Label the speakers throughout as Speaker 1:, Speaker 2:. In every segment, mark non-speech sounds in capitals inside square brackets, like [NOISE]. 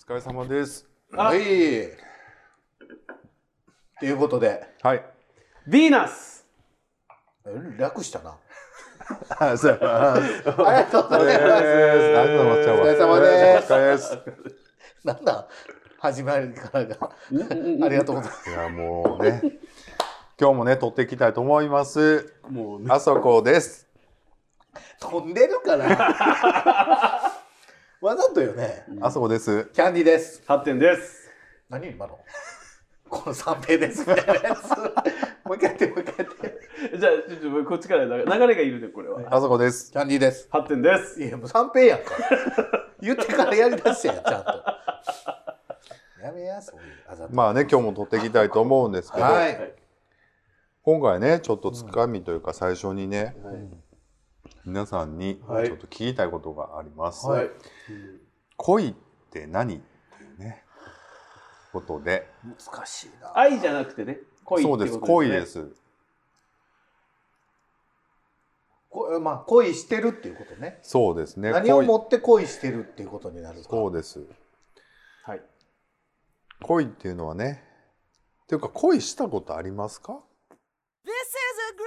Speaker 1: 疲れ様です。
Speaker 2: はい。ということで、
Speaker 1: はい。
Speaker 3: ヴィーナス
Speaker 2: 楽した [LAUGHS] な。
Speaker 1: あ、そうや。ありがとう
Speaker 2: ありがとうござい
Speaker 1: ございます。
Speaker 2: ます。お疲れ様です
Speaker 1: お疲れ様です。
Speaker 2: なんだ、始まりからが。ありがとうございます。
Speaker 1: いや、もうね。今日もね、撮っていきたいと思います。
Speaker 3: もうね
Speaker 1: あそこです。
Speaker 2: 飛んでるから。 [LAUGHS] わざとよね。
Speaker 1: あそこです。
Speaker 2: キャンディーです。
Speaker 3: 8点です
Speaker 2: 何今のこの三平ですみたいなやつ。もう一回やって、もう一回やって。
Speaker 3: じゃあちょっとこっちから流流れがいるねこれは
Speaker 1: あそこです。
Speaker 2: キャンディーです。
Speaker 3: 8点です
Speaker 2: いや、もう三平やんか。言ってからやりだしてや、ちゃんと。やめや、そういうあざと。
Speaker 1: まあね、今日も撮っていきたいと思うんですけど、
Speaker 2: はい。
Speaker 1: 今回ね、ちょっとつかみというか最初にね、皆さんにちょ
Speaker 3: はい
Speaker 1: っと聞きたいことがあります。
Speaker 2: はい
Speaker 1: 恋って何っていうね、ことで。
Speaker 2: 難しいな。
Speaker 3: 愛じゃなくてね恋って
Speaker 1: そ
Speaker 3: こ
Speaker 1: う
Speaker 3: と
Speaker 1: で
Speaker 3: です
Speaker 1: す、
Speaker 3: ね
Speaker 1: 恋です。
Speaker 2: こまあ、恋してるっていうことね。
Speaker 1: そうですね。
Speaker 2: 何を
Speaker 1: 恋
Speaker 2: もって恋してるっていうことになるか。
Speaker 1: そうです。
Speaker 3: はい
Speaker 1: 恋っていうのはね。っていうか恋したことありますか？
Speaker 4: This is a groove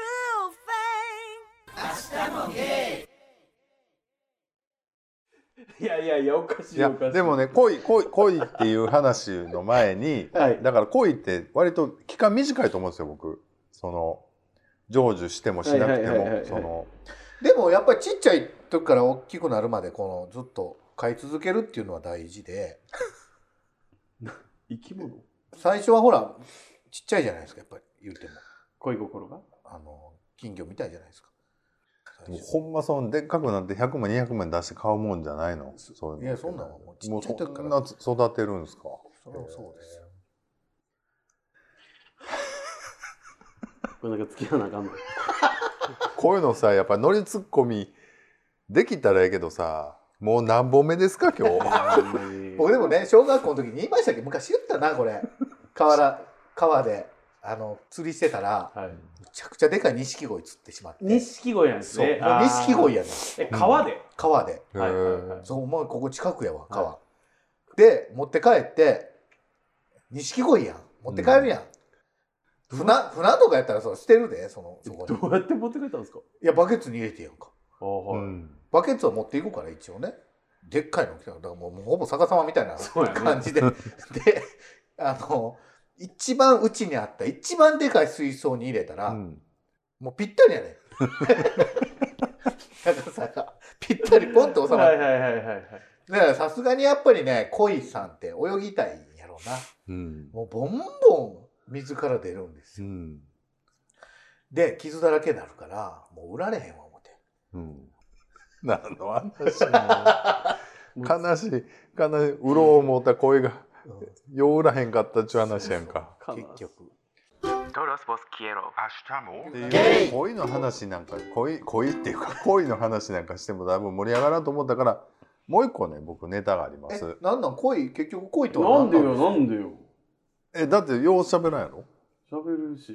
Speaker 4: thing.
Speaker 3: いやいやいやおかしい
Speaker 1: いや
Speaker 3: おかしい
Speaker 1: でもね恋恋恋っていう話の前に、 [LAUGHS]
Speaker 3: はい
Speaker 1: だから恋って割と期間短いと思うんですよ僕。その成就してもしなくて
Speaker 3: はいはいはいはいは
Speaker 1: も
Speaker 3: い
Speaker 1: その
Speaker 2: でもやっぱりちっちゃい時から大きくなるまでこのずっと飼い続けるっていうのは大事で
Speaker 3: 生き物
Speaker 2: 最初はほらちっちゃいじゃないですかやっぱり言うても
Speaker 3: 恋心が
Speaker 2: あの金魚みたいじゃないですか。
Speaker 1: もうほんまそのでっかくなって100万200万出して買うもんじゃないの。そううの
Speaker 2: いやそんなんはもうち
Speaker 1: も
Speaker 2: っ
Speaker 1: う
Speaker 2: ちゃい時か
Speaker 1: そん
Speaker 2: ら
Speaker 1: な育てるんですか？
Speaker 2: それはそうですよ。
Speaker 3: これなんか付き合わなあかんの
Speaker 1: こういうのさやっぱ乗りツッコミできたらええけどさもう何本目ですか今日。
Speaker 3: ほんまに
Speaker 2: 僕でもね小学校の時に言いましたっけ昔言ったなこれ河原川であの釣りしてたら
Speaker 3: はい
Speaker 2: むちゃくちゃでかい錦鯉釣ってしまって。
Speaker 3: 錦鯉なんです
Speaker 2: そうもう
Speaker 3: ねあー
Speaker 2: 錦鯉やねん
Speaker 3: え川で
Speaker 2: 川で。
Speaker 3: はいはいはい
Speaker 2: そう、まあ、ここ近くやわ、川。
Speaker 3: は
Speaker 2: で、持って帰って、錦鯉やん。持って帰るやん。船、船とかやったらそう、捨てるで、その、そこに。
Speaker 3: どうやって持ってくれたんですか
Speaker 2: いや、バケツに入れてやんか。
Speaker 3: あー
Speaker 1: う
Speaker 3: はい
Speaker 1: ん
Speaker 2: バケツを持っていこうから、一応ね。でっかいの来たのだからもう、もうほぼ逆さまみたいな
Speaker 3: そうやね [LAUGHS]
Speaker 2: 感じで。で、あの、一番うちにあった、一番でかい水槽に入れたら、
Speaker 1: うん
Speaker 2: もうぴったりやねん。 [LAUGHS] 高さが、ぴったりポンと収ま
Speaker 3: は
Speaker 2: って
Speaker 3: い。はいはいはいはい
Speaker 2: だからさすがにやっぱりね、恋さんって泳ぎたいんやろうな。
Speaker 1: うん
Speaker 2: もうボンボン水から出るんです
Speaker 1: う
Speaker 2: よ。
Speaker 1: ん
Speaker 2: で、傷だらけになるから、もう売られへんわ、思って。
Speaker 1: うん何の話も悲しい悲しいうろう思うた声がようらへんかったっちゅう話やんか。
Speaker 3: かな
Speaker 2: 結局。
Speaker 1: っていう恋の話なんか恋恋っていうか恋の話なんかしてもだいぶ盛り上がらんと思ったからもう一個ね僕ネタがありま
Speaker 2: え
Speaker 1: す、。
Speaker 2: なんなん恋、結局恋と
Speaker 3: な
Speaker 2: は
Speaker 3: んで
Speaker 2: な
Speaker 3: よ
Speaker 2: ん
Speaker 3: なんでよ
Speaker 1: えだってようしゃべらんやろ
Speaker 3: 喋るし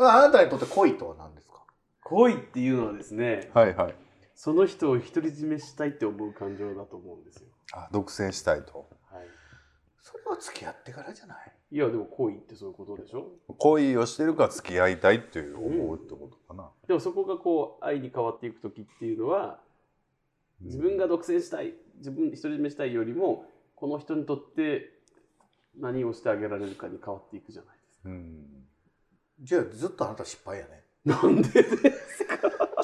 Speaker 2: ああなたにとって恋とは何ですか
Speaker 3: 恋っていうのはですね
Speaker 1: はいはい
Speaker 3: その人を独り占めしたいって思う感情だと思うんですよ、
Speaker 1: あ独占したいと
Speaker 3: はい、
Speaker 2: それは付き合ってからじゃない。
Speaker 3: いやでも恋ってそういうことでしょ
Speaker 1: 恋をしてるから付き合いたいっていう思うってことかな、
Speaker 3: でもそこがこう愛に変わっていく時っていうのは自分が独占したい自分独り占めしたいよりもこの人にとって何をしてあげられるかに変わっていくじゃないですか
Speaker 1: うん
Speaker 2: じゃあずっとあなた失敗やね。
Speaker 3: なんで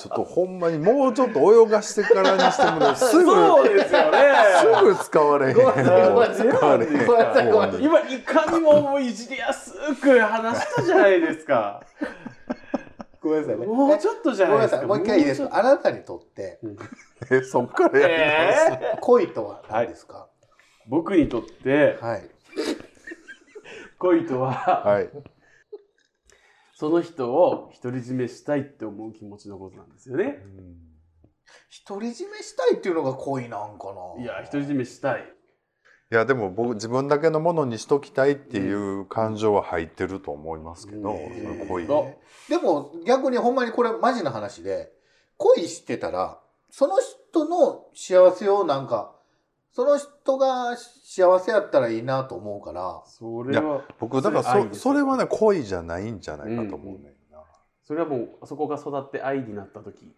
Speaker 1: ちょっとほんまにもうちょっと泳がしてからにしてもねすぐ
Speaker 3: そうですよね
Speaker 1: すぐ使われへん。
Speaker 2: ごめんなさいごめんなさい
Speaker 1: 使われへん。
Speaker 2: ごめんなさいごめんなさ
Speaker 1: も
Speaker 3: 今いかにももういじりやすく話したじゃないです
Speaker 2: [LAUGHS]
Speaker 3: か
Speaker 2: ごめんなさいね。
Speaker 3: もうちょっとじ
Speaker 2: え
Speaker 3: ゃ
Speaker 2: ごめ
Speaker 3: な
Speaker 2: ん
Speaker 3: いで
Speaker 2: なさ
Speaker 3: すか
Speaker 2: い、もう一回いいです
Speaker 3: もうちょっ
Speaker 2: かあなたにとって
Speaker 1: うえ、そっから
Speaker 3: と
Speaker 1: やります。
Speaker 3: えー
Speaker 2: 恋とは何ですか
Speaker 3: 僕にとって
Speaker 2: はい。
Speaker 3: 恋と
Speaker 2: [LAUGHS]
Speaker 3: は
Speaker 1: はい。
Speaker 3: その人を独り占めしたいって思う気持ちのことなんですよね。
Speaker 2: 独り占めしたいっていうのが恋なんかな。
Speaker 3: いや独り占めしたい。
Speaker 1: いやでも僕自分だけのものにしときたいっていう感情は入ってると思いますけど、
Speaker 3: うん
Speaker 1: その恋
Speaker 3: うん
Speaker 2: でも逆にほんまにこれマジな話で恋してたらその人の幸せをなんかその人が幸せやったらいいなと思うから、
Speaker 3: それは
Speaker 1: 僕だから
Speaker 3: それ愛
Speaker 1: そ
Speaker 3: です
Speaker 1: それはね恋じゃないんじゃないかと思うねんな、
Speaker 3: それはもうあそこが育って愛になった時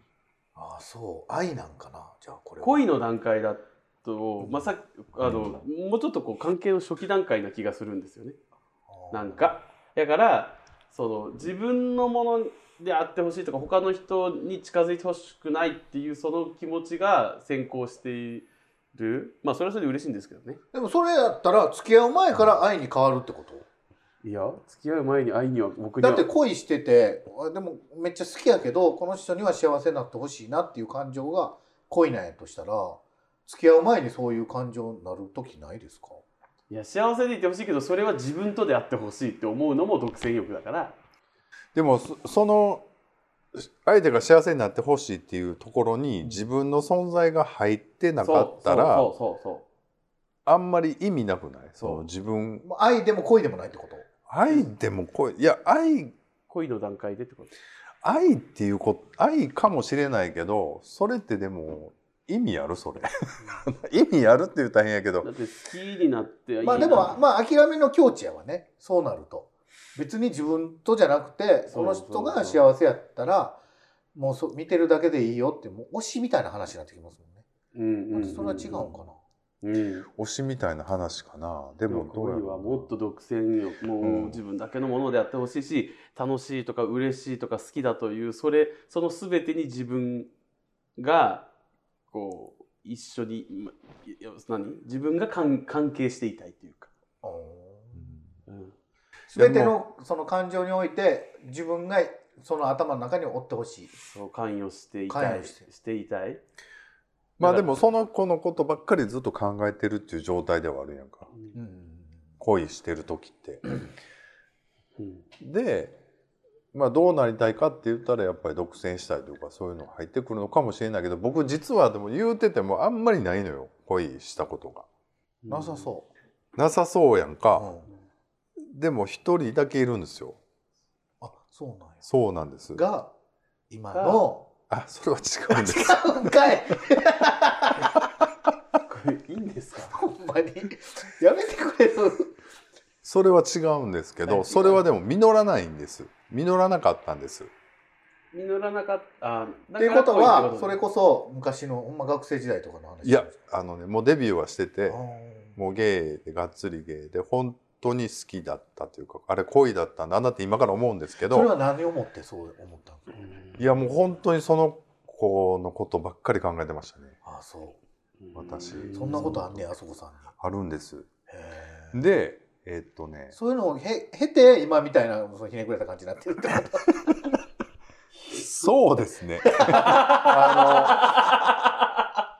Speaker 2: ああ、そう、愛なんかな。じゃあこれは。
Speaker 3: 恋の段階だと、まあ、さあのもうちょっとこう関係の初期段階な気がするんですよねなんかだからその自分のものであってほしいとか他の人に近づいてほしくないっていうその気持ちが先行しているまあそれはそれで嬉しいんですけどね
Speaker 2: でもそれやったら付き合う前から愛に変わるってこと
Speaker 3: いや付き合う前に愛には僕に
Speaker 2: だ
Speaker 3: は
Speaker 2: って恋しててあでもめっちゃ好きやけどこの人には幸せになってほしいなっていう感情が恋なんやとしたら付き合う前にそういう感情になる時ないですか
Speaker 3: いや幸せでいてほしいけどそれは自分とであってほしいって思うのも独占欲だから
Speaker 1: でもそその相手が幸せになってほしいっていうところに自分の存在が入ってなかったら
Speaker 3: そうそうそう
Speaker 1: あんまり意味なくない
Speaker 3: そう
Speaker 1: その自分
Speaker 2: まあ愛でも恋でもないってこと
Speaker 1: 愛でも恋いや愛
Speaker 3: そう恋の段階でってこと
Speaker 1: 愛っていうこと愛かもしれないけどそれってでも意味あるそれ [LAUGHS] 意味あるって言うたら変やけど
Speaker 3: だって好きになっていいな
Speaker 2: まあでもまあ諦めの境地やわねそうなると別に自分とじゃなくてその人が幸せやったらもうそ見てるだけでいいよってもう推しみたいな話になってきますもんね
Speaker 3: うんうんうんうん
Speaker 2: それは違うんかな
Speaker 3: うん
Speaker 1: 推しみたいな話かなで
Speaker 3: で
Speaker 1: も
Speaker 3: も
Speaker 1: どうや
Speaker 3: 恋は
Speaker 1: ろうな
Speaker 3: もっと独占欲もう
Speaker 1: うん
Speaker 3: 自分だけのものであってほしいし、楽しいとか嬉しいとか好きだというそれその全てに自分がこう一緒にまいや何自分が関関係していたいというか、
Speaker 2: うん
Speaker 3: うん
Speaker 2: 全てのその感情において自分がその頭の中におってほしい
Speaker 3: そう関与していた
Speaker 2: 関
Speaker 3: い
Speaker 2: 与
Speaker 3: し
Speaker 2: して
Speaker 3: ていたい、
Speaker 1: まあでもその子のことばっかりずっと考えてるっていう状態ではあるやんか
Speaker 3: うん
Speaker 1: 恋してる時って。
Speaker 3: うん
Speaker 1: で、まあ、どうなりたいかって言ったらやっぱり独占したいとかそういうのが入ってくるのかもしれないけど僕実はでも言うててもあんまりないのよ恋したことが。
Speaker 2: なさそ
Speaker 1: なさそうやん
Speaker 2: う、
Speaker 1: か、
Speaker 2: うん
Speaker 1: でも一人だけいるんですよ
Speaker 2: あそうなんや
Speaker 1: そうなんです
Speaker 2: が今の
Speaker 1: あそれは違うんです
Speaker 2: うんかい
Speaker 3: うこれいいんですか
Speaker 2: ほんまにやめてくれよ
Speaker 1: それは違うんですけどそれはでも実らないんです実らなかったんです
Speaker 3: 実らなかったあだ
Speaker 2: っていう
Speaker 3: から
Speaker 2: こと
Speaker 3: 恋っ
Speaker 2: は
Speaker 3: て
Speaker 2: それ
Speaker 3: ね
Speaker 2: こそ昔のほんま学生時代とかの話
Speaker 1: いやあのねもうデビューはして
Speaker 2: あ
Speaker 1: て
Speaker 2: ー
Speaker 1: もうゲイでがっつりゲイで本当に好きだったというかあれ恋だったんだなって今から思うんですけど
Speaker 2: それは何をもってそう思ったんですか
Speaker 1: いやもう本当にその子のことばっかり考えてましたね。
Speaker 2: あーそう
Speaker 3: うん
Speaker 1: 私
Speaker 2: そんなことあんねやあそこさんに
Speaker 1: あるんです。
Speaker 2: へー
Speaker 1: で、えっとね、
Speaker 2: そういうのをへ経て今みたいなそのひねくれた感じになってるってこと
Speaker 1: そうですね。あ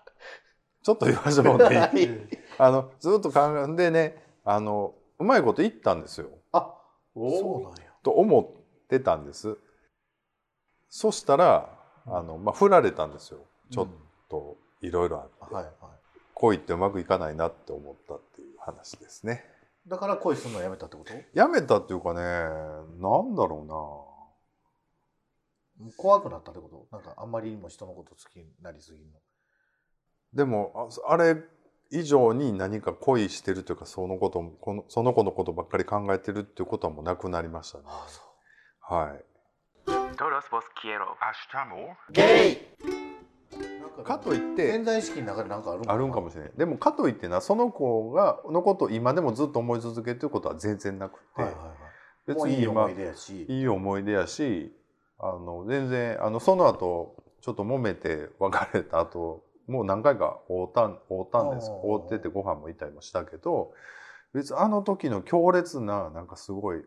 Speaker 1: の、
Speaker 2: [LAUGHS]
Speaker 1: ちょっと言わせてもらっていいあの、ずっと考え、でね、あの、うまいこと言ったんですよ。
Speaker 2: あ
Speaker 3: お
Speaker 2: そうなんや
Speaker 1: と思ってたんです。そしたら、あの、まあ、振られたんですよ。ちょっと、いろいろあって、
Speaker 2: はいはい
Speaker 1: 恋ってうまくいかないなって思ったっていう話ですね。
Speaker 2: だから恋するのやめたってこと
Speaker 1: やめたっていうかね、なんだろうな。
Speaker 2: 怖くなったってことなんかあんまりにも人のこと好きになりすぎるの
Speaker 1: でもあそあれ以上に何か恋してるというかそのこともこのその子のことばっかり考えてるっていうことはもうなくなりましたね。
Speaker 2: あそう
Speaker 1: はい、
Speaker 2: ゲイ
Speaker 1: かと
Speaker 2: いっ
Speaker 1: いってて
Speaker 2: 潜在意識の中でなんかある
Speaker 1: あるんかも
Speaker 2: し
Speaker 1: しれないでもかといってなその子がのことを今でもずっと思い続けてることは全然なくて、
Speaker 2: はいはいはい
Speaker 1: 別
Speaker 2: もう
Speaker 1: に
Speaker 2: いい
Speaker 1: 今
Speaker 2: 思い出やし
Speaker 1: いい思い出やしあの全然あのその後ちょっと揉めて別れた後もう何回か会うたん会うたんです
Speaker 2: あー
Speaker 1: 会っててご飯も行ったりもしたけど別にあの時の強烈ななんかすごい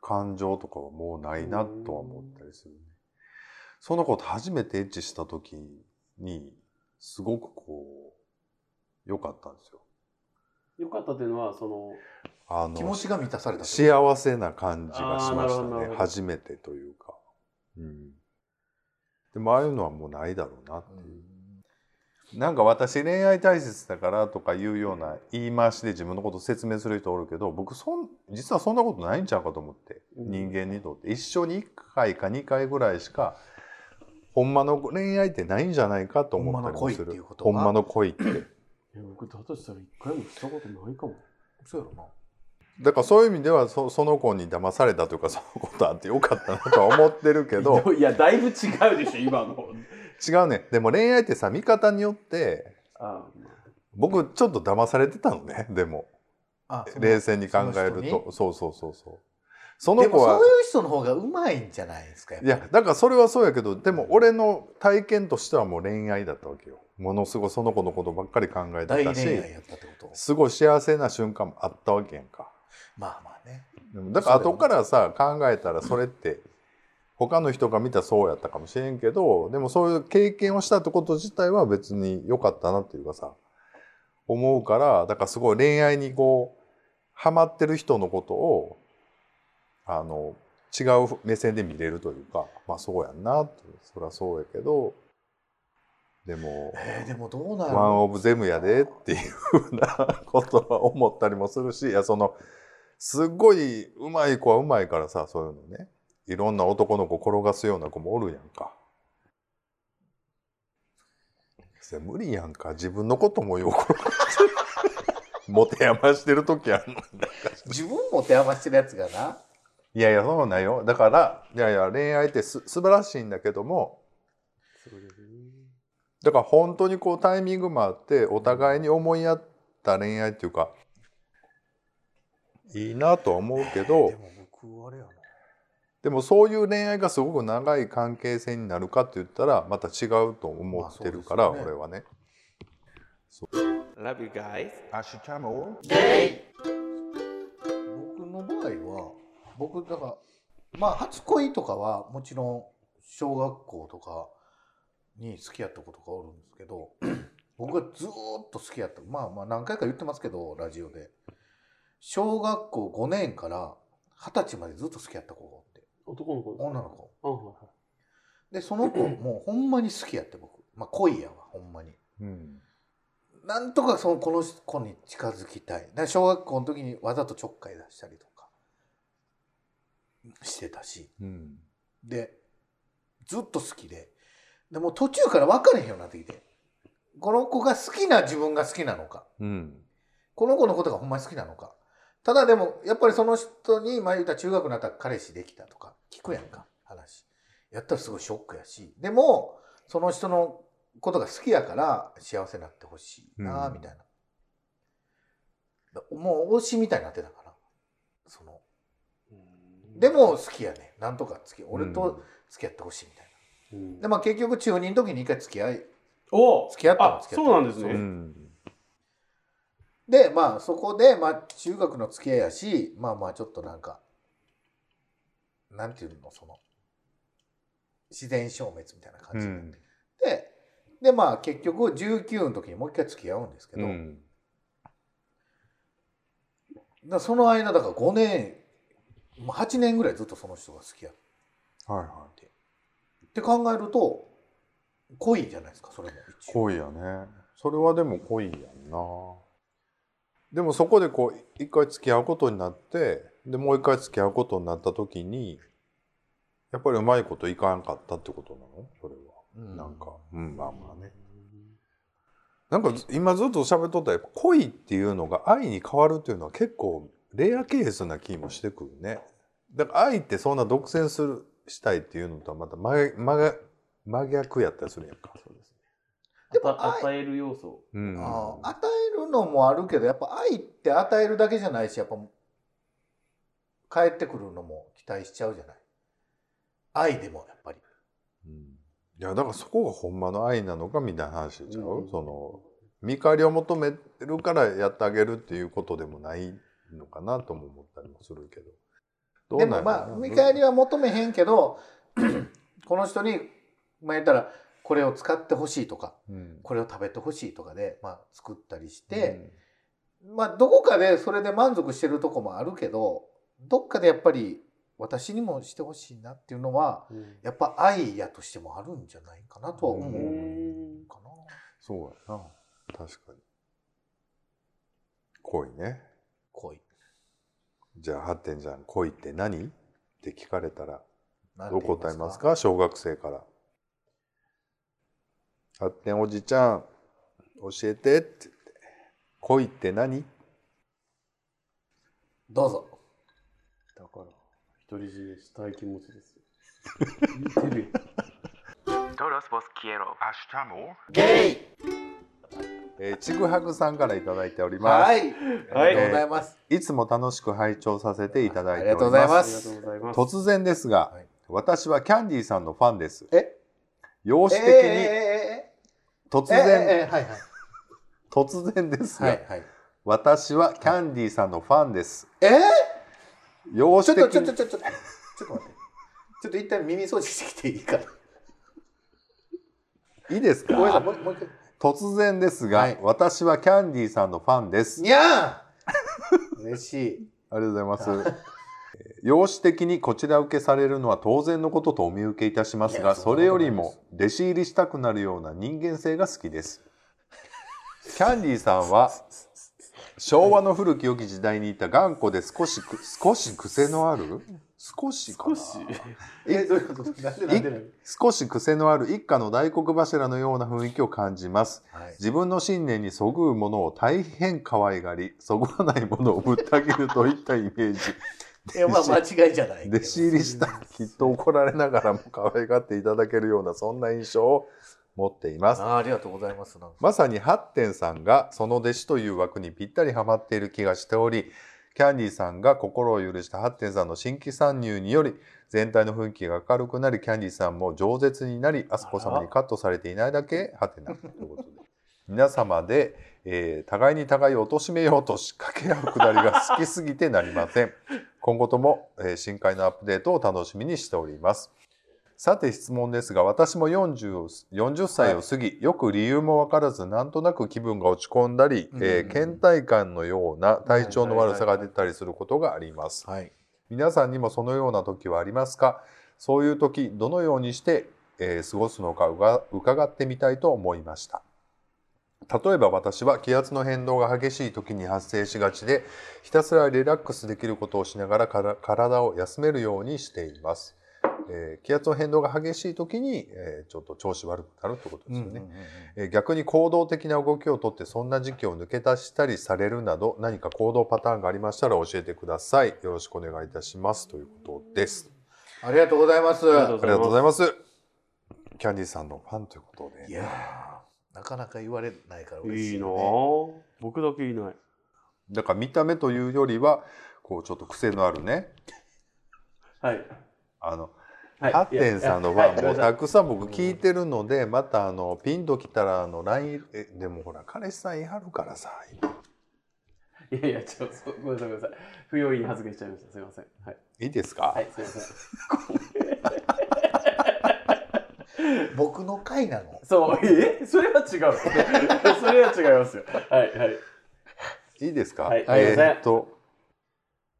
Speaker 1: 感情とかはもうないなとは思ったりするね。その子と初めてエッチした時にすごくこう良かったんですよ。
Speaker 3: よかったというのはその
Speaker 1: あ
Speaker 2: 気持
Speaker 1: の
Speaker 2: ちが満たされたってこ
Speaker 1: 幸せな感じがしました
Speaker 3: あーなるほどなる
Speaker 1: ね
Speaker 3: ほど
Speaker 1: 初めてというか、うん、でもああいうのはもうないだろうな
Speaker 2: とうん
Speaker 1: なんか私恋愛大切だからとかいうような言い回しで自分のことを説明する人おるけど僕そん実はそんなことないんちゃうかと思って、
Speaker 3: うん
Speaker 1: 人間にとって一生に1回か2回ぐらいしかほんまの恋愛ってないんじゃないかと思ったりもする。ほんまの恋って
Speaker 3: いや僕だとしたら一回もしたことないかも
Speaker 2: そうやろな
Speaker 1: だからそういう意味ではそその子に騙されたというかそのことあってよかったなとは思ってるけ
Speaker 3: [LAUGHS]
Speaker 1: ど
Speaker 3: いやだいぶ違うでしょ今の
Speaker 1: 違うねでも恋愛ってさ見方によって
Speaker 3: ああま
Speaker 1: 僕ちょっと騙されてたのね [LAUGHS] でも
Speaker 2: あそう
Speaker 1: 冷静に考える
Speaker 2: その人
Speaker 1: とそうそうそうそうその
Speaker 2: でも
Speaker 1: 子は
Speaker 2: そういう人の方がうまいんじゃないですかやっ
Speaker 1: い
Speaker 2: ぱり
Speaker 1: やだからそれはそうやけどでも俺の体験としてはもう恋愛だったわけよものすごいその子のことばっかり考えて
Speaker 2: 大
Speaker 1: た
Speaker 2: 恋愛
Speaker 1: し
Speaker 2: やったってこと
Speaker 1: すごい幸せな瞬間もあったわけやんか
Speaker 2: まあまあね
Speaker 1: でもだから
Speaker 2: そうだよ
Speaker 1: 後
Speaker 2: ね
Speaker 1: からさ考えたらそれって他の人が見たらそうやったかもしれんけどでもそういう経験をしたってこと自体は別に良かったなっていうかさ思うからだからすごい恋愛にこうハマってる人のことをあの違う目線で見れるというかまあそうやんなってそりゃそうやけどでも
Speaker 2: えー、でもど
Speaker 1: 「
Speaker 2: うな
Speaker 1: ワ
Speaker 2: る
Speaker 1: ン・オブ・ゼムやで」っていうふうな [LAUGHS] ことは思ったりもするしいやそのすっごい上手い子は上手いからさそういうのねいろんな男の子転がすような子もおるやんか。それ無理やんか自分のこともよく [LAUGHS] 持て余してる時あるのに
Speaker 2: 自分も手合わせてるやつがない
Speaker 1: やいやそうなんよだからいやいや恋愛ってす素晴らしいんだけども
Speaker 3: あそうですね
Speaker 1: だから本当にこうタイミングもあってお互いに思い合った恋愛っていうかいいなとは思うけど
Speaker 2: でも僕あれやな
Speaker 1: でもそういう恋愛がすごく長い関係性になるかって言ったらまた違うと思ってるから、
Speaker 2: まあそうですよね
Speaker 1: 俺はね。
Speaker 3: Love you guys
Speaker 1: アシュチャム
Speaker 2: 僕の場合は僕だからまあ初恋とかはもちろん小学校とかに好きやった子とかおるんですけど [CLEARS THROAT] 僕がずーっと好きやったまあまあ何回か言ってますけどラジオで小学校5年から20歳までずっと好きやった子がおって
Speaker 3: 男の子ですか
Speaker 2: 女の子
Speaker 3: あはいはい
Speaker 2: でその子もうほんまに好きやって僕まあ恋やわほんまに
Speaker 1: うん
Speaker 2: なんとかそのこの子に近づきたいだから小学校の時にわざとちょっかい出したりとかしてたし
Speaker 1: うん
Speaker 2: でずっと好きででもう途中から分かれへんようになってきてこの子が好きな自分が好きなのか
Speaker 1: うん
Speaker 2: この子のことがほんまに好きなのかただでもやっぱりその人に前言ったら中学になったら彼氏できたとか聞くやんか話やったらすごいショックやしでもその人のことが好きやから幸せになってほしいな
Speaker 1: うん
Speaker 2: みたいな、もう推しみたいになってたからその
Speaker 3: うん
Speaker 2: でも好きやねなんとか付き俺と付き合ってほしいみたいな。
Speaker 3: うん
Speaker 2: でまあ結局中二の時に一回付き合い
Speaker 3: お
Speaker 2: 付き合ったの
Speaker 3: あ
Speaker 2: 付き合った
Speaker 3: そうなんです
Speaker 1: う
Speaker 3: ね
Speaker 1: ん
Speaker 2: でまあそこでまあ中学の付き合いやしまあまあちょっとなんかなんていうのその自然消滅みたいな感
Speaker 1: う
Speaker 2: じになっ
Speaker 1: ん
Speaker 2: て、でまあ結局19の時にもう一回付き合うんですけ
Speaker 1: う
Speaker 2: ど、
Speaker 1: ん
Speaker 2: だからその間だから5年まあ8年ぐらいずっとその人が好きやっ
Speaker 1: はいは
Speaker 2: て考えると恋じゃないですかそれも
Speaker 1: い
Speaker 2: 一応
Speaker 1: 恋やねそれはでも恋やんなでもそこでこう一回付き合うことになってでもう一回付き合うことになった時にやっぱりうまいこといかんかったってことなのそれは、
Speaker 2: うん
Speaker 1: なんか、うん、まあまあねなんかず今ずっと喋っとったらやっぱ恋っていうのが愛に変わるっていうのは結構レアケースな気もしてくるねだから愛ってそんな独占するしたいっていうのとはまた真真真逆やったりするやんか
Speaker 3: そうですね
Speaker 2: でも
Speaker 3: あ
Speaker 2: あい
Speaker 3: 与える要素
Speaker 1: うん
Speaker 2: あー与えるのもあるけどやっぱ愛って与えるだけじゃないしやっぱ帰ってくるのも期待しちゃうじゃない愛でもやっぱり
Speaker 1: いやだからそこがほんまの愛なのかみたいな話ちゃう、
Speaker 3: うん
Speaker 1: その見返りを求めるからやってあげるっていうことでもないのかなとも思ったりもするけどど
Speaker 2: でもまあ見返り
Speaker 1: は
Speaker 2: は求めへんけど [CLEARS THROAT] この人にまあ言ったらこれを使ってほしいとか
Speaker 1: うん
Speaker 2: これを食べてほしいとかで、まあ、作ったりして、まあどこかでそれで満足してるとこもあるけどどっかでやっぱり私にもしてほしいなっていうのは
Speaker 3: うん
Speaker 2: やっぱ愛やとしてもあるんじゃないかなとは思う
Speaker 1: う
Speaker 2: かな。
Speaker 1: そうやな確かに恋ね
Speaker 2: 恋
Speaker 1: じゃあ発展じゃん恋って何って聞かれたら
Speaker 2: なん
Speaker 1: どう
Speaker 2: て言い
Speaker 1: 答えますか小学生から発展おじちゃん教えてって言って恋って何
Speaker 2: どうぞ
Speaker 3: だから独り占めしたい気持ちですよ [LAUGHS] 言ってるよ
Speaker 5: Todos vos quiero.
Speaker 2: ゲイ
Speaker 1: えーちぐはぐさんからいただいております、
Speaker 2: はい、ありがとうございます、
Speaker 1: い、つも楽しく拝聴させていただいております
Speaker 2: ありがとうござい
Speaker 3: あり
Speaker 2: ま
Speaker 3: がとう
Speaker 2: す
Speaker 3: ございます
Speaker 1: 突然ですが、
Speaker 2: はい
Speaker 1: 私はキャンディーさんのファンです
Speaker 2: え
Speaker 1: 容
Speaker 2: え
Speaker 1: 姿
Speaker 2: え
Speaker 1: 的
Speaker 2: え
Speaker 1: に突
Speaker 2: えええええ
Speaker 1: 然、
Speaker 2: えええはいはい
Speaker 1: 突然ですが、
Speaker 2: はいはい
Speaker 1: 私はキャンディーさんのファンです
Speaker 2: ええ
Speaker 1: 容
Speaker 2: ちょっと
Speaker 1: 姿
Speaker 2: ちょ
Speaker 1: 的
Speaker 2: っと
Speaker 1: に
Speaker 2: ちょっとちょっとちょっと待ってちょっと一旦耳掃除してきていいかな
Speaker 1: といいですか
Speaker 2: ごめんなさいもうもう一回
Speaker 1: 突然ですが、
Speaker 2: はい
Speaker 1: 私はキャンディーさんのファンです
Speaker 2: にゃーん嬉しい
Speaker 1: ありがとうございます。容姿的にこちら受けされるのは当然のこととお見受けいたします
Speaker 2: いや
Speaker 1: が、
Speaker 2: そ
Speaker 1: そ
Speaker 2: んなことない
Speaker 1: れよりも弟子入りしたくなるような人間性が好きです。キャンディーさんは昭和の古き良き時代にいた頑固で少しく少し癖のある少しか
Speaker 3: 少
Speaker 1: な
Speaker 3: し
Speaker 2: えどういうことなんでなんでなんで
Speaker 1: 少し癖のある一家の大黒柱のような雰囲気を感じます。
Speaker 2: はい
Speaker 1: 自分の信念にそぐうものを大変可愛がり、そぐわないものをぶった切るといったイメージ。
Speaker 2: いやまあ間違いじゃないけど
Speaker 1: 弟子入りしたらきっと怒られながらも可愛がっていただけるようなそんな印象を持っています
Speaker 2: あーありがとうございますなんか
Speaker 1: まさにハッテンさんがその弟子という枠にぴったりはまっている気がしておりキャンディーさんが心を許したハッテンさんの新規参入により全体の雰囲気が明るくなりキャンディーさんも饒舌になりあすこ様にカットされていないだけハテナということで皆様で、えー互いに互いを貶めようと仕掛け合うくだりが好きすぎてなりませ
Speaker 2: [LAUGHS]
Speaker 1: ん今後とも、えー新回のアップデートを楽しみにしておりますさて質問ですが私も 40, を40歳を過ぎ、よく理由も分からずなんとなく気分が落ち込んだり、えー
Speaker 2: うん
Speaker 1: 倦怠感のような体調の悪さが出たりすることがあります
Speaker 2: はい
Speaker 1: 皆さんにもそのような時はありますかそういう時どのようにして、えー過ごすのかうが伺ってみたいと思いました例えば私は気圧の変動が激しい時に発生しがちでひたすらリラックスできることをしながらから体を休めるようにしています、えー気圧の変動が激しい時に、えーちょっと調子悪くなるってことですよね、えー逆に行動的な動きをとってそんな時期を抜け出したりされるなど何か行動パターンがありましたら教えてくださいよろしくお願いいたしますということです
Speaker 2: ありがとうございます
Speaker 3: ありがと
Speaker 1: ありがとうございますキャンディーさんのファンということで
Speaker 2: いやーなかなか言われないから嬉し
Speaker 3: い
Speaker 2: い,、
Speaker 3: い
Speaker 2: ね、
Speaker 3: なぁ僕だけいない
Speaker 1: だから見た目というよりはこうちょっと癖のあるね
Speaker 3: はい
Speaker 1: あの
Speaker 3: はい
Speaker 1: ハッテンさんのフ
Speaker 3: いやい
Speaker 1: ァ
Speaker 3: や
Speaker 1: ンも
Speaker 3: は
Speaker 1: たくさん僕聞いてるのでまたあのピンときたらあの LINE えでもほら彼氏さんいはるからさ
Speaker 3: いいやいやちょっとそう [LAUGHS] ごめんなさいごめんなさい不用意に発言しちゃいましたすいませんはい
Speaker 1: いいですか、
Speaker 3: はいすいません
Speaker 2: 僕の回なの
Speaker 3: そうえそれは違う [LAUGHS] それは違いますよはいはい
Speaker 1: いいですか、
Speaker 3: はい
Speaker 1: えーっと、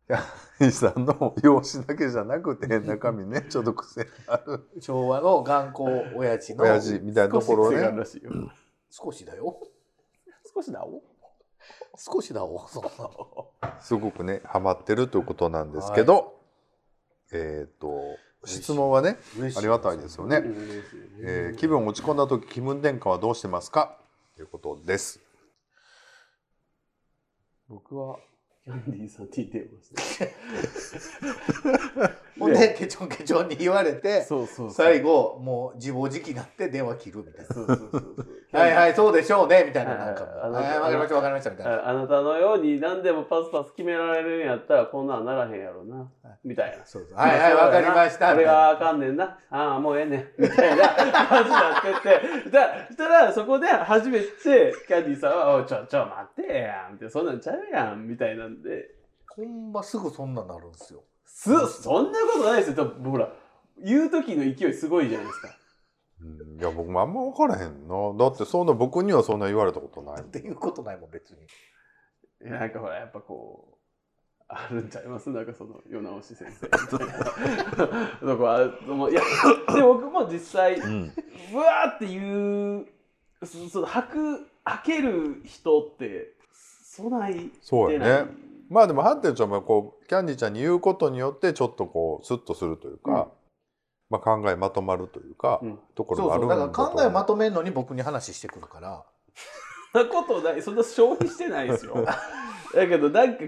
Speaker 1: いや、石井さんの容姿だけじゃなく
Speaker 3: [LAUGHS]
Speaker 1: て、中身ね、ちょっと癖ある
Speaker 2: 昭和の頑固親父の
Speaker 1: 親父みたいなところを
Speaker 3: 少し癖がある
Speaker 1: ね、
Speaker 3: らしいよ
Speaker 2: 少しだよ
Speaker 3: 少しだお
Speaker 2: 少しだおそんなの
Speaker 1: すごくね、ハマってるということなんですけど、えーっと、質問はね、
Speaker 2: 嬉し
Speaker 1: ありがたいですよ
Speaker 3: う
Speaker 1: ね。
Speaker 3: ん嬉しいね
Speaker 1: えー気分落ち込んだ時、気分転換はどうしてますかということです。
Speaker 3: 僕はキャンディーさんに電話して
Speaker 2: ほんでケチョンケチョンに言われて
Speaker 3: [LAUGHS] そうそうそう
Speaker 2: 最後もう自暴自棄になって電話切るみたい
Speaker 3: そうそうそうそう
Speaker 2: なはいはいそうでしょうねみたいな
Speaker 3: はい
Speaker 2: なんかもう
Speaker 3: あの
Speaker 2: はいわかりましたわかりましたみたいな
Speaker 3: ああなたのように何でもパスパス決められるんやったらこんなんならへんやろなみたいな
Speaker 2: そうそうはいはいわかりました
Speaker 3: これ
Speaker 2: みたいな
Speaker 3: はあかんねんな。ああ、もうええねん。みたいな感じになってて。だしたら、そこで初めて、キャディーさんは、おいちょ、ちょ、待ってやん。って、そんなんちゃうやん。みたいなんで。
Speaker 2: ほんますぐそんなんなるんですよ
Speaker 3: す、そんなことないですよ。だってほら、言う時の勢いすごいじゃないですか。
Speaker 1: うんいや、僕もあんま分からへんな。だって、そんな、僕にはそんな言われたことない
Speaker 2: っ。ていうことないもん別に
Speaker 3: いやなんかほら、やっぱこう、あるんちゃいますなんかその、世直し先生みたい
Speaker 2: [LAUGHS]
Speaker 3: な。そこは、もういや、で、僕も実際、 [LAUGHS]
Speaker 1: うん。
Speaker 3: うわーっていうそその吐く吐ける人ってそない
Speaker 1: そう
Speaker 3: 出
Speaker 1: や
Speaker 3: ない
Speaker 1: ね。まあでもハッテンちゃんもこうキャンディちゃんに言うことによってちょっとこうスッとするというか、まあ、考えまとまるというか、
Speaker 3: うん
Speaker 1: とこ
Speaker 2: そ
Speaker 1: ろ
Speaker 2: う
Speaker 1: があ
Speaker 2: そ
Speaker 1: る
Speaker 2: うんだ
Speaker 1: だ
Speaker 2: か
Speaker 1: と
Speaker 2: ら考えまとめんのに僕に話してくるから
Speaker 3: そんなことないそんな消費してないですよだけどなんか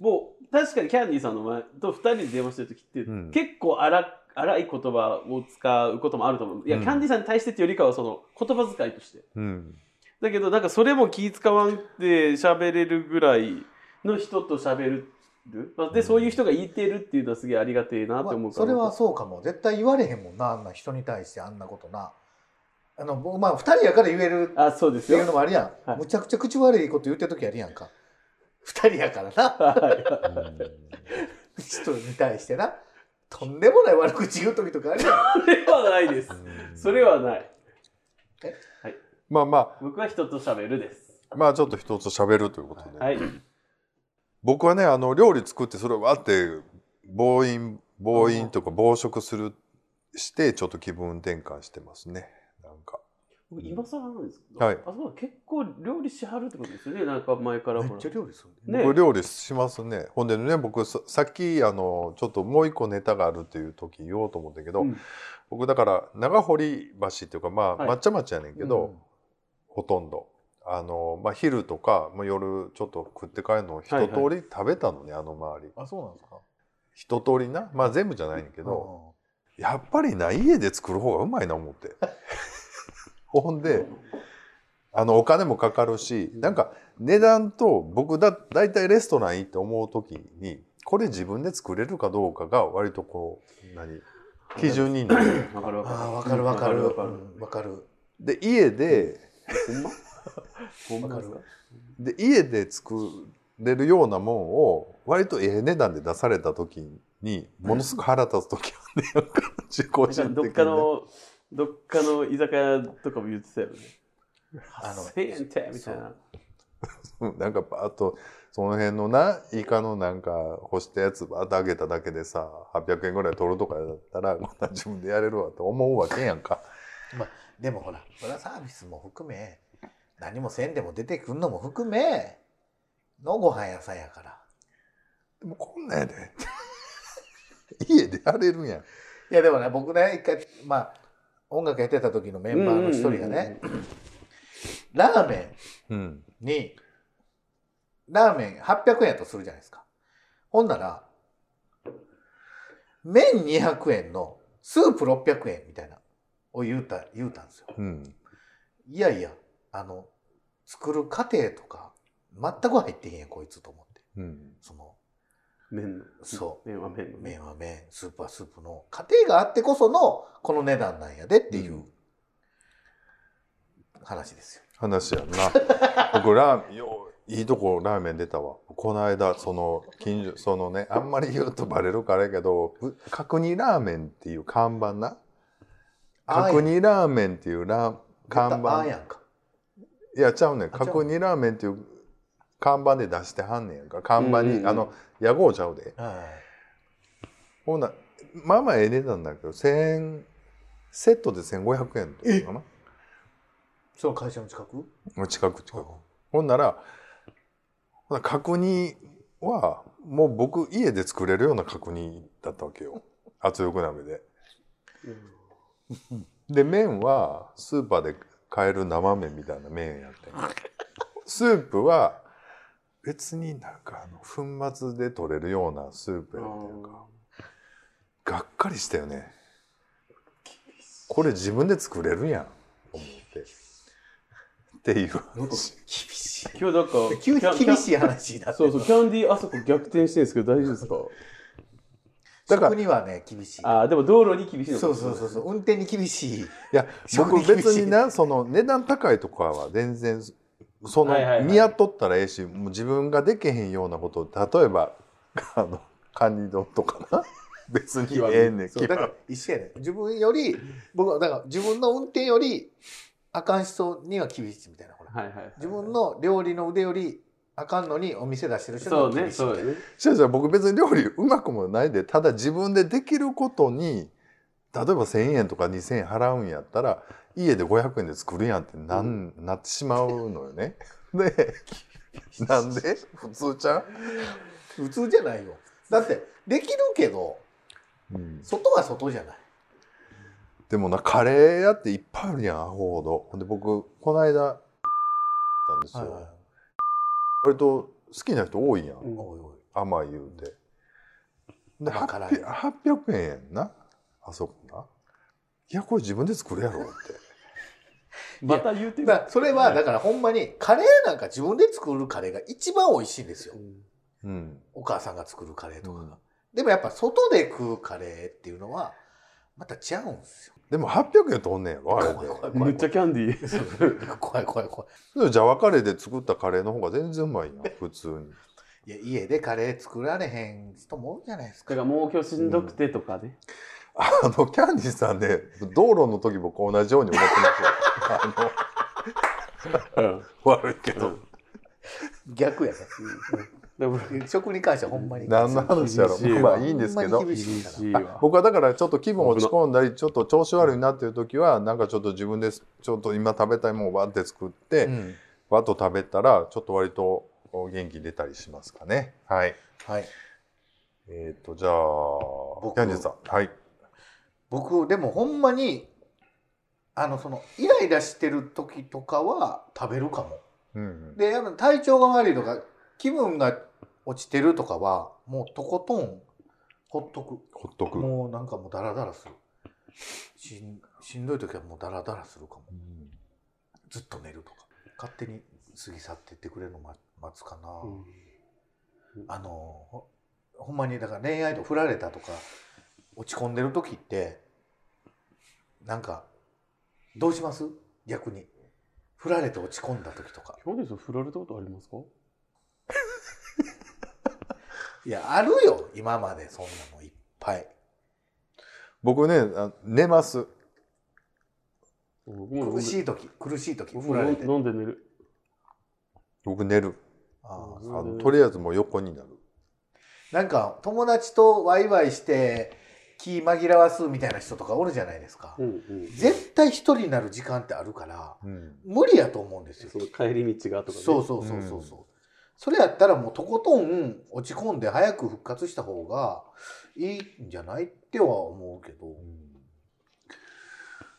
Speaker 3: もう確かにキャンディーさんの前と2人で電話してる時って、
Speaker 1: うん
Speaker 3: 結構荒荒い言葉を使うこともあると思ういや、
Speaker 1: うん
Speaker 3: キャンディーさんに対してっていうよりかはその言葉遣いとして
Speaker 1: うん
Speaker 3: だけどなんかそれも気使わんって喋れるぐらいの人と喋る、まあ、で、そういう人がいてるっていうのはすげえありがてえなって思う
Speaker 2: まあ
Speaker 3: から
Speaker 2: それはそうかも絶対言われへんもんなあんな人に対してあんなことなあの僕まあ2人やから言える
Speaker 3: あそうで
Speaker 2: っ
Speaker 3: す
Speaker 2: ていう
Speaker 3: よ
Speaker 2: のもあるやん、
Speaker 3: はい
Speaker 2: むちゃくちゃ口悪いこと言ってる時あるやんか2人やからな
Speaker 3: はい
Speaker 2: 人に対してなとんでもない悪口言う時とかあるやん
Speaker 3: それはない [LAUGHS] です
Speaker 1: うん
Speaker 3: それはない
Speaker 1: まあまあ
Speaker 3: 僕は人と喋るです
Speaker 1: まあちょっと一つ喋るということで、
Speaker 3: はい
Speaker 1: 僕はねあの料理作ってそれをわって暴飲暴飲とか暴食するしてちょっと気分転換してますねなんか
Speaker 3: 僕今更なんですけど、
Speaker 1: はい
Speaker 3: あそうだ結構料理しはるってことですよねなんか前から
Speaker 2: め
Speaker 3: ほ
Speaker 2: っ
Speaker 3: ら
Speaker 2: ちゃ料理するんだよね
Speaker 3: ね
Speaker 1: 僕料理しますねほんでね僕ささっきあのちょっともう一個ネタがあるっていう時言おうと思ったけど、
Speaker 3: うん
Speaker 1: 僕だから長堀橋っていうかまあ
Speaker 3: はい
Speaker 1: まっちゃまっちゃやねんけど、ほとんどあの、まあ、昼とか、まあ、夜ちょっと食って帰るのを一通
Speaker 3: はいは
Speaker 1: り食べたのね、あの周り
Speaker 2: うんあそうなんですか
Speaker 1: 一通りなまあ全部じゃないねんけど、
Speaker 2: うん
Speaker 1: やっぱりな家で作る方がうまいな思って [LAUGHS] ほんであのお金もかかるしなんか値段と僕だ大体レストラン行って思う時にこれ自分で作れるかどうかが割とこう何基準になる
Speaker 3: わかるわか
Speaker 2: あ
Speaker 3: る
Speaker 2: 分
Speaker 3: わか
Speaker 2: かる分かる分か
Speaker 3: る
Speaker 2: る分かる
Speaker 1: で家で
Speaker 3: ほんまほんまですか
Speaker 2: [LAUGHS] わ
Speaker 1: で家で作れるようなもんを割とええ値段で出された時にものすごく腹立つ時あんねやんか
Speaker 3: [LAUGHS]
Speaker 1: 自己
Speaker 3: な
Speaker 1: 人
Speaker 3: ん
Speaker 1: 的
Speaker 3: かどっ
Speaker 1: に
Speaker 3: か
Speaker 1: ね
Speaker 3: のどっかの居酒屋とかも言ってたよね
Speaker 2: あの
Speaker 3: 1000円ってみたいな
Speaker 1: うんなんかバーッとその辺のなイカのなんか干したやつバーッとあげただけでさ800円ぐらい取るとかだったらこんなん自分でやれるわと思うわけやんか
Speaker 2: でもほらそれはサービスも含め何もせんでも出てくんのも含めのご飯屋さんやから
Speaker 1: でもこんなんやで家でやれるやん
Speaker 2: いやでもね僕ね一回まあ音楽やってた時のメンバーの一人がねラーメン
Speaker 1: うん
Speaker 2: にラーメン800円やとするじゃないですかほんなら麺200円のスープ600円みたいなを言うた言うたんですよ
Speaker 1: うん
Speaker 2: いやいやあの作る過程とか全く入ってへんやんこいつと思って
Speaker 1: うん
Speaker 2: その
Speaker 3: 麺の
Speaker 2: そう
Speaker 3: 麺は麺の
Speaker 2: 麺は麺スープはスープの過程があってこそのこの値段なんやでっていう話ですよ、
Speaker 1: 話やんな僕ラーメンよういいとこラーメン出たわこの間その近所そのねあんまり言うとバレるからやけどぶ角煮ラーメンっていう看板な
Speaker 2: あー
Speaker 1: 角煮ラーメンっていうラー看
Speaker 2: 絶対あ
Speaker 1: 板
Speaker 2: んやんか
Speaker 1: いやちゃうねん
Speaker 2: あちゃう
Speaker 1: 角煮ラーメンっていう看板で出してはんねやんか看板
Speaker 3: うんうんう
Speaker 1: に
Speaker 3: ん
Speaker 1: あの屋号ちゃうで
Speaker 2: うん
Speaker 1: ほんなまあまあええ値段だけど1000円セットで1500円とかか
Speaker 2: その会社の近く
Speaker 1: な近く近くほんならほな角煮はもう僕家で作れるような角煮だったわけよ圧力鍋で
Speaker 3: うん
Speaker 1: で麺はスーパーで買える生麺みたいな麺やってんスープは別になんかあの粉末で取れるようなスープやってんかがっかりしたよねこれ自分で作れるやん思ってっていう話
Speaker 2: 厳し
Speaker 3: 今日なんか
Speaker 2: い急に厳しい話になって
Speaker 3: そうそうキャンディーあそこ逆転してるんですけど大丈夫ですか
Speaker 1: だから
Speaker 2: 食にはね厳しい
Speaker 3: ああでも道路に厳しいのか
Speaker 2: そうそうそうそう運転に厳しい
Speaker 1: いや
Speaker 2: そこ
Speaker 1: 僕
Speaker 2: に厳しい
Speaker 1: 別になその値段高いとかは全然その
Speaker 3: はいはいはい
Speaker 1: 見雇ったらええしもう自分ができへんようなこと例えばあのカニ丼とかな別にええねん
Speaker 2: そうだから一緒やね自分より僕はだから自分の運転よりあかん人には厳しいみたいなほら
Speaker 3: はいはいはい
Speaker 2: 自分の料理の腕よりあかんのにお店出してる人に
Speaker 3: そ
Speaker 2: は
Speaker 3: うね
Speaker 2: 厳しい
Speaker 3: そうね
Speaker 1: しかし僕別に料理うまくもないでただ自分でできることに例えば1,000円とか2,000円払うんやったら家で500円で作るやんってなん、なってしまうのよね。でなんで普通ちゃ
Speaker 2: 普通じゃないよだってできるけど
Speaker 1: う、ん、
Speaker 2: 外は外じゃない
Speaker 1: でもなカレー屋っていっぱいあるやんアホほどほんで僕この間行ったんですよ、
Speaker 2: はいはい
Speaker 1: 割と好きな人多いやん、
Speaker 3: うん
Speaker 2: おいおい
Speaker 1: 甘い言うてで
Speaker 2: 甘辛い
Speaker 1: 800 800円やんなあそこないやこれ自分で作るやろって
Speaker 3: また言うてる
Speaker 2: だからそれはだからほんまにカレーなんか自分で作るカレーが一番美味しいんですよ
Speaker 3: うん
Speaker 1: うん
Speaker 2: お母さんが作るカレーとかが、
Speaker 1: うん
Speaker 2: でもやっぱ外で食うカレーっていうのはまた違うんですよ [LAUGHS]
Speaker 1: でも800円とんねんやろあれで
Speaker 2: 怖い怖い怖
Speaker 3: めっちゃキャンディー [LAUGHS]
Speaker 2: 怖い怖い怖い
Speaker 1: でもジャワカレーで作ったカレーの方が全然うまいやん普通に
Speaker 2: いや家でカレー作られへん人もおるじゃないです
Speaker 3: だか
Speaker 2: から
Speaker 3: もう今日しんどくてとかね、
Speaker 1: あのキャンディーさんで道路の時僕同じように思ってましたよ
Speaker 3: うん
Speaker 1: あの悪いけど、
Speaker 2: 逆やね
Speaker 3: だから
Speaker 2: 食に関してはほんまに
Speaker 1: 何の話やろ
Speaker 3: 厳しい
Speaker 1: ま
Speaker 3: わ
Speaker 1: あいいんですけど
Speaker 2: ほんまに厳しいから
Speaker 3: しいわ
Speaker 1: 僕はだからちょっと気分落ち込んだりちょっと調子悪いなっていう時はなんかちょっと自分でちょっと今食べたいもんをわって作って、
Speaker 2: うん
Speaker 1: わっと食べたらちょっと割と元気出たりしますかねはい
Speaker 2: はい
Speaker 1: えっ、とじゃあ
Speaker 2: 僕
Speaker 1: キャンディーさんはい
Speaker 2: 僕でもほんまにあのそのイライラしてる時とかは食べるかも
Speaker 1: うんうん
Speaker 2: でやっぱ体調が悪いとか気分が落ちてるとかはもうとことんほっとく
Speaker 1: ほっとく、
Speaker 2: もうなんかもうダラダラするしんしんどい時はもうダラダラするかも
Speaker 1: うん
Speaker 2: ずっと寝るとか勝手に過ぎ去ってってくれるのま待つかな、
Speaker 3: うん
Speaker 2: あのほほんまにだから恋愛と振られたとか落ち込んでる時ってなんかどうします逆に振られて落ち込んだ時とか
Speaker 3: キャンディーさん振られたことありますか
Speaker 2: いやあるよ今までそんなのいっぱい
Speaker 1: 僕ねあ寝ます
Speaker 3: 僕も
Speaker 2: 苦し
Speaker 3: い
Speaker 2: い時苦しい時
Speaker 3: 僕
Speaker 2: 振
Speaker 3: も
Speaker 2: られて
Speaker 3: 飲んで寝る
Speaker 1: 僕寝る
Speaker 2: ああ
Speaker 1: あ
Speaker 3: うん
Speaker 1: のとりあえずもう横になる
Speaker 2: なんか友達とワイワイして気紛らわすみたいな人とかおるじゃないですか、
Speaker 3: うんうん
Speaker 2: 絶対一人になる時間ってあるから
Speaker 1: うん
Speaker 2: 無理やと思うんですよ
Speaker 3: その帰り道がとか、ね、
Speaker 2: そうそうそうそうそう、それやったらもうとことん落ち込んで早く復活した方がいいんじゃないっては思うけど、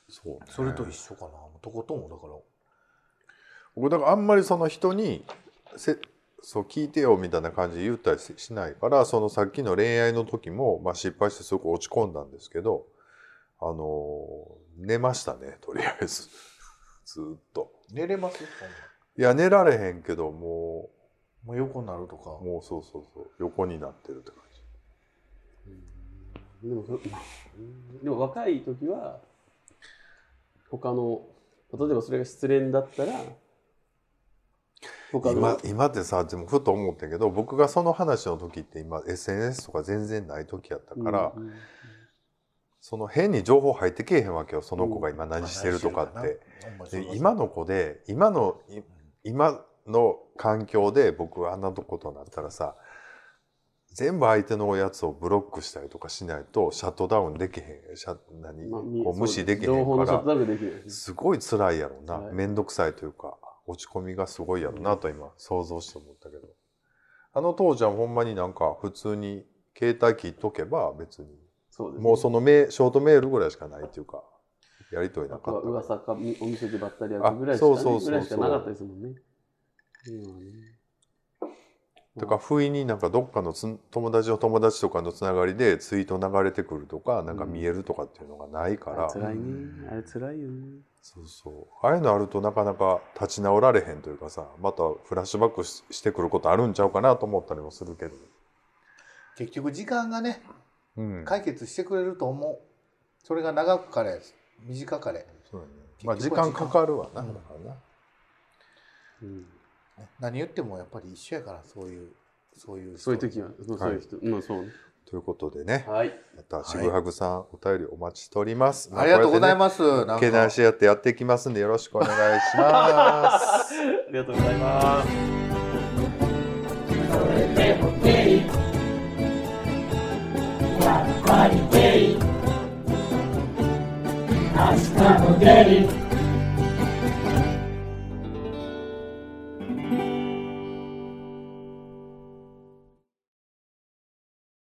Speaker 1: そうね
Speaker 2: それと一緒かなもうとことんだから
Speaker 1: 僕だからあんまりその人にせそう聞いてよみたいな感じで言ったりししないからそのさっきの恋愛の時も、まあ、失敗してすごく落ち込んだんですけどあのー寝ましたねとりあえず [LAUGHS] ずーっと
Speaker 2: 寝れますそんない
Speaker 1: や寝られへんけども
Speaker 2: もう横になるとか
Speaker 1: うもうそうそうそう横になってるって感じ
Speaker 3: でもそでも若い時は他の例えばそれが失恋だったら他の
Speaker 1: 今今ってさでもふと思ったけど僕がその話の時って今 SNS とか全然ない時やったから、
Speaker 3: うんうん
Speaker 1: その変に情報入ってけえへんわけよその子が今何してるとかって。で今の子で今のい今の環境で僕はあんなことになったらさ全部相手のやつをブロックしたりとかしないとシャットダウンできへんシャ何、
Speaker 3: まあ
Speaker 1: こう無視できへ
Speaker 3: 情
Speaker 1: ん
Speaker 3: 報
Speaker 1: か
Speaker 3: のショット
Speaker 1: ら
Speaker 3: ダウンができる
Speaker 1: すごい辛いやろうな
Speaker 3: はい
Speaker 1: 面倒、くさいというか落ち込みがすごいやろうなと今想像して思ったけどあの当時はほんまになんか普通に携帯切っとけば別に
Speaker 3: そうですね
Speaker 1: もうそのメショートメールぐらいしかないというかやりとりな
Speaker 3: あ
Speaker 1: かった
Speaker 3: と
Speaker 1: か
Speaker 3: は
Speaker 1: ら
Speaker 3: 噂かみお店でばったり会うぐらいしか,、
Speaker 1: あそうそうそうそう
Speaker 3: ぐらいしかなかったですもんね今はね
Speaker 1: だから不意になんかどっかのつ友達の友達とかのつながりでツイート流れてくるとかなんか見えるとかっていうのがないか
Speaker 3: あ
Speaker 1: ら、
Speaker 3: れ辛いねあれ辛いよね
Speaker 1: そうそうああいうのあるとなかなか立ち直られへんというかさまたフラッシュバックししてくることあるんちゃうかなと思ったりもするけど、
Speaker 2: 結局時間がね
Speaker 1: うん
Speaker 2: 解決してくれると思うそれが長くかれ短かれ
Speaker 1: そうだねまあ、
Speaker 2: 結
Speaker 1: 時
Speaker 2: 局は
Speaker 1: 間かかるわな、
Speaker 2: うん
Speaker 1: だからな
Speaker 3: うん
Speaker 2: ね何言ってもやっぱり一緒やからそういうそういう人
Speaker 3: そういう時は、そうそう
Speaker 1: はい
Speaker 3: いう人、うん、そうね。
Speaker 1: ということでね、
Speaker 3: はい。
Speaker 1: またしぐはぐさん、お便りお待ちしております
Speaker 2: ありがとうござい
Speaker 1: す
Speaker 2: ます、なん
Speaker 1: け
Speaker 2: か
Speaker 1: なし合ってやっていきますんでよろしくお願いし
Speaker 2: [LAUGHS]
Speaker 1: ます
Speaker 3: ありがとうございます。
Speaker 6: Hasta Bodelli.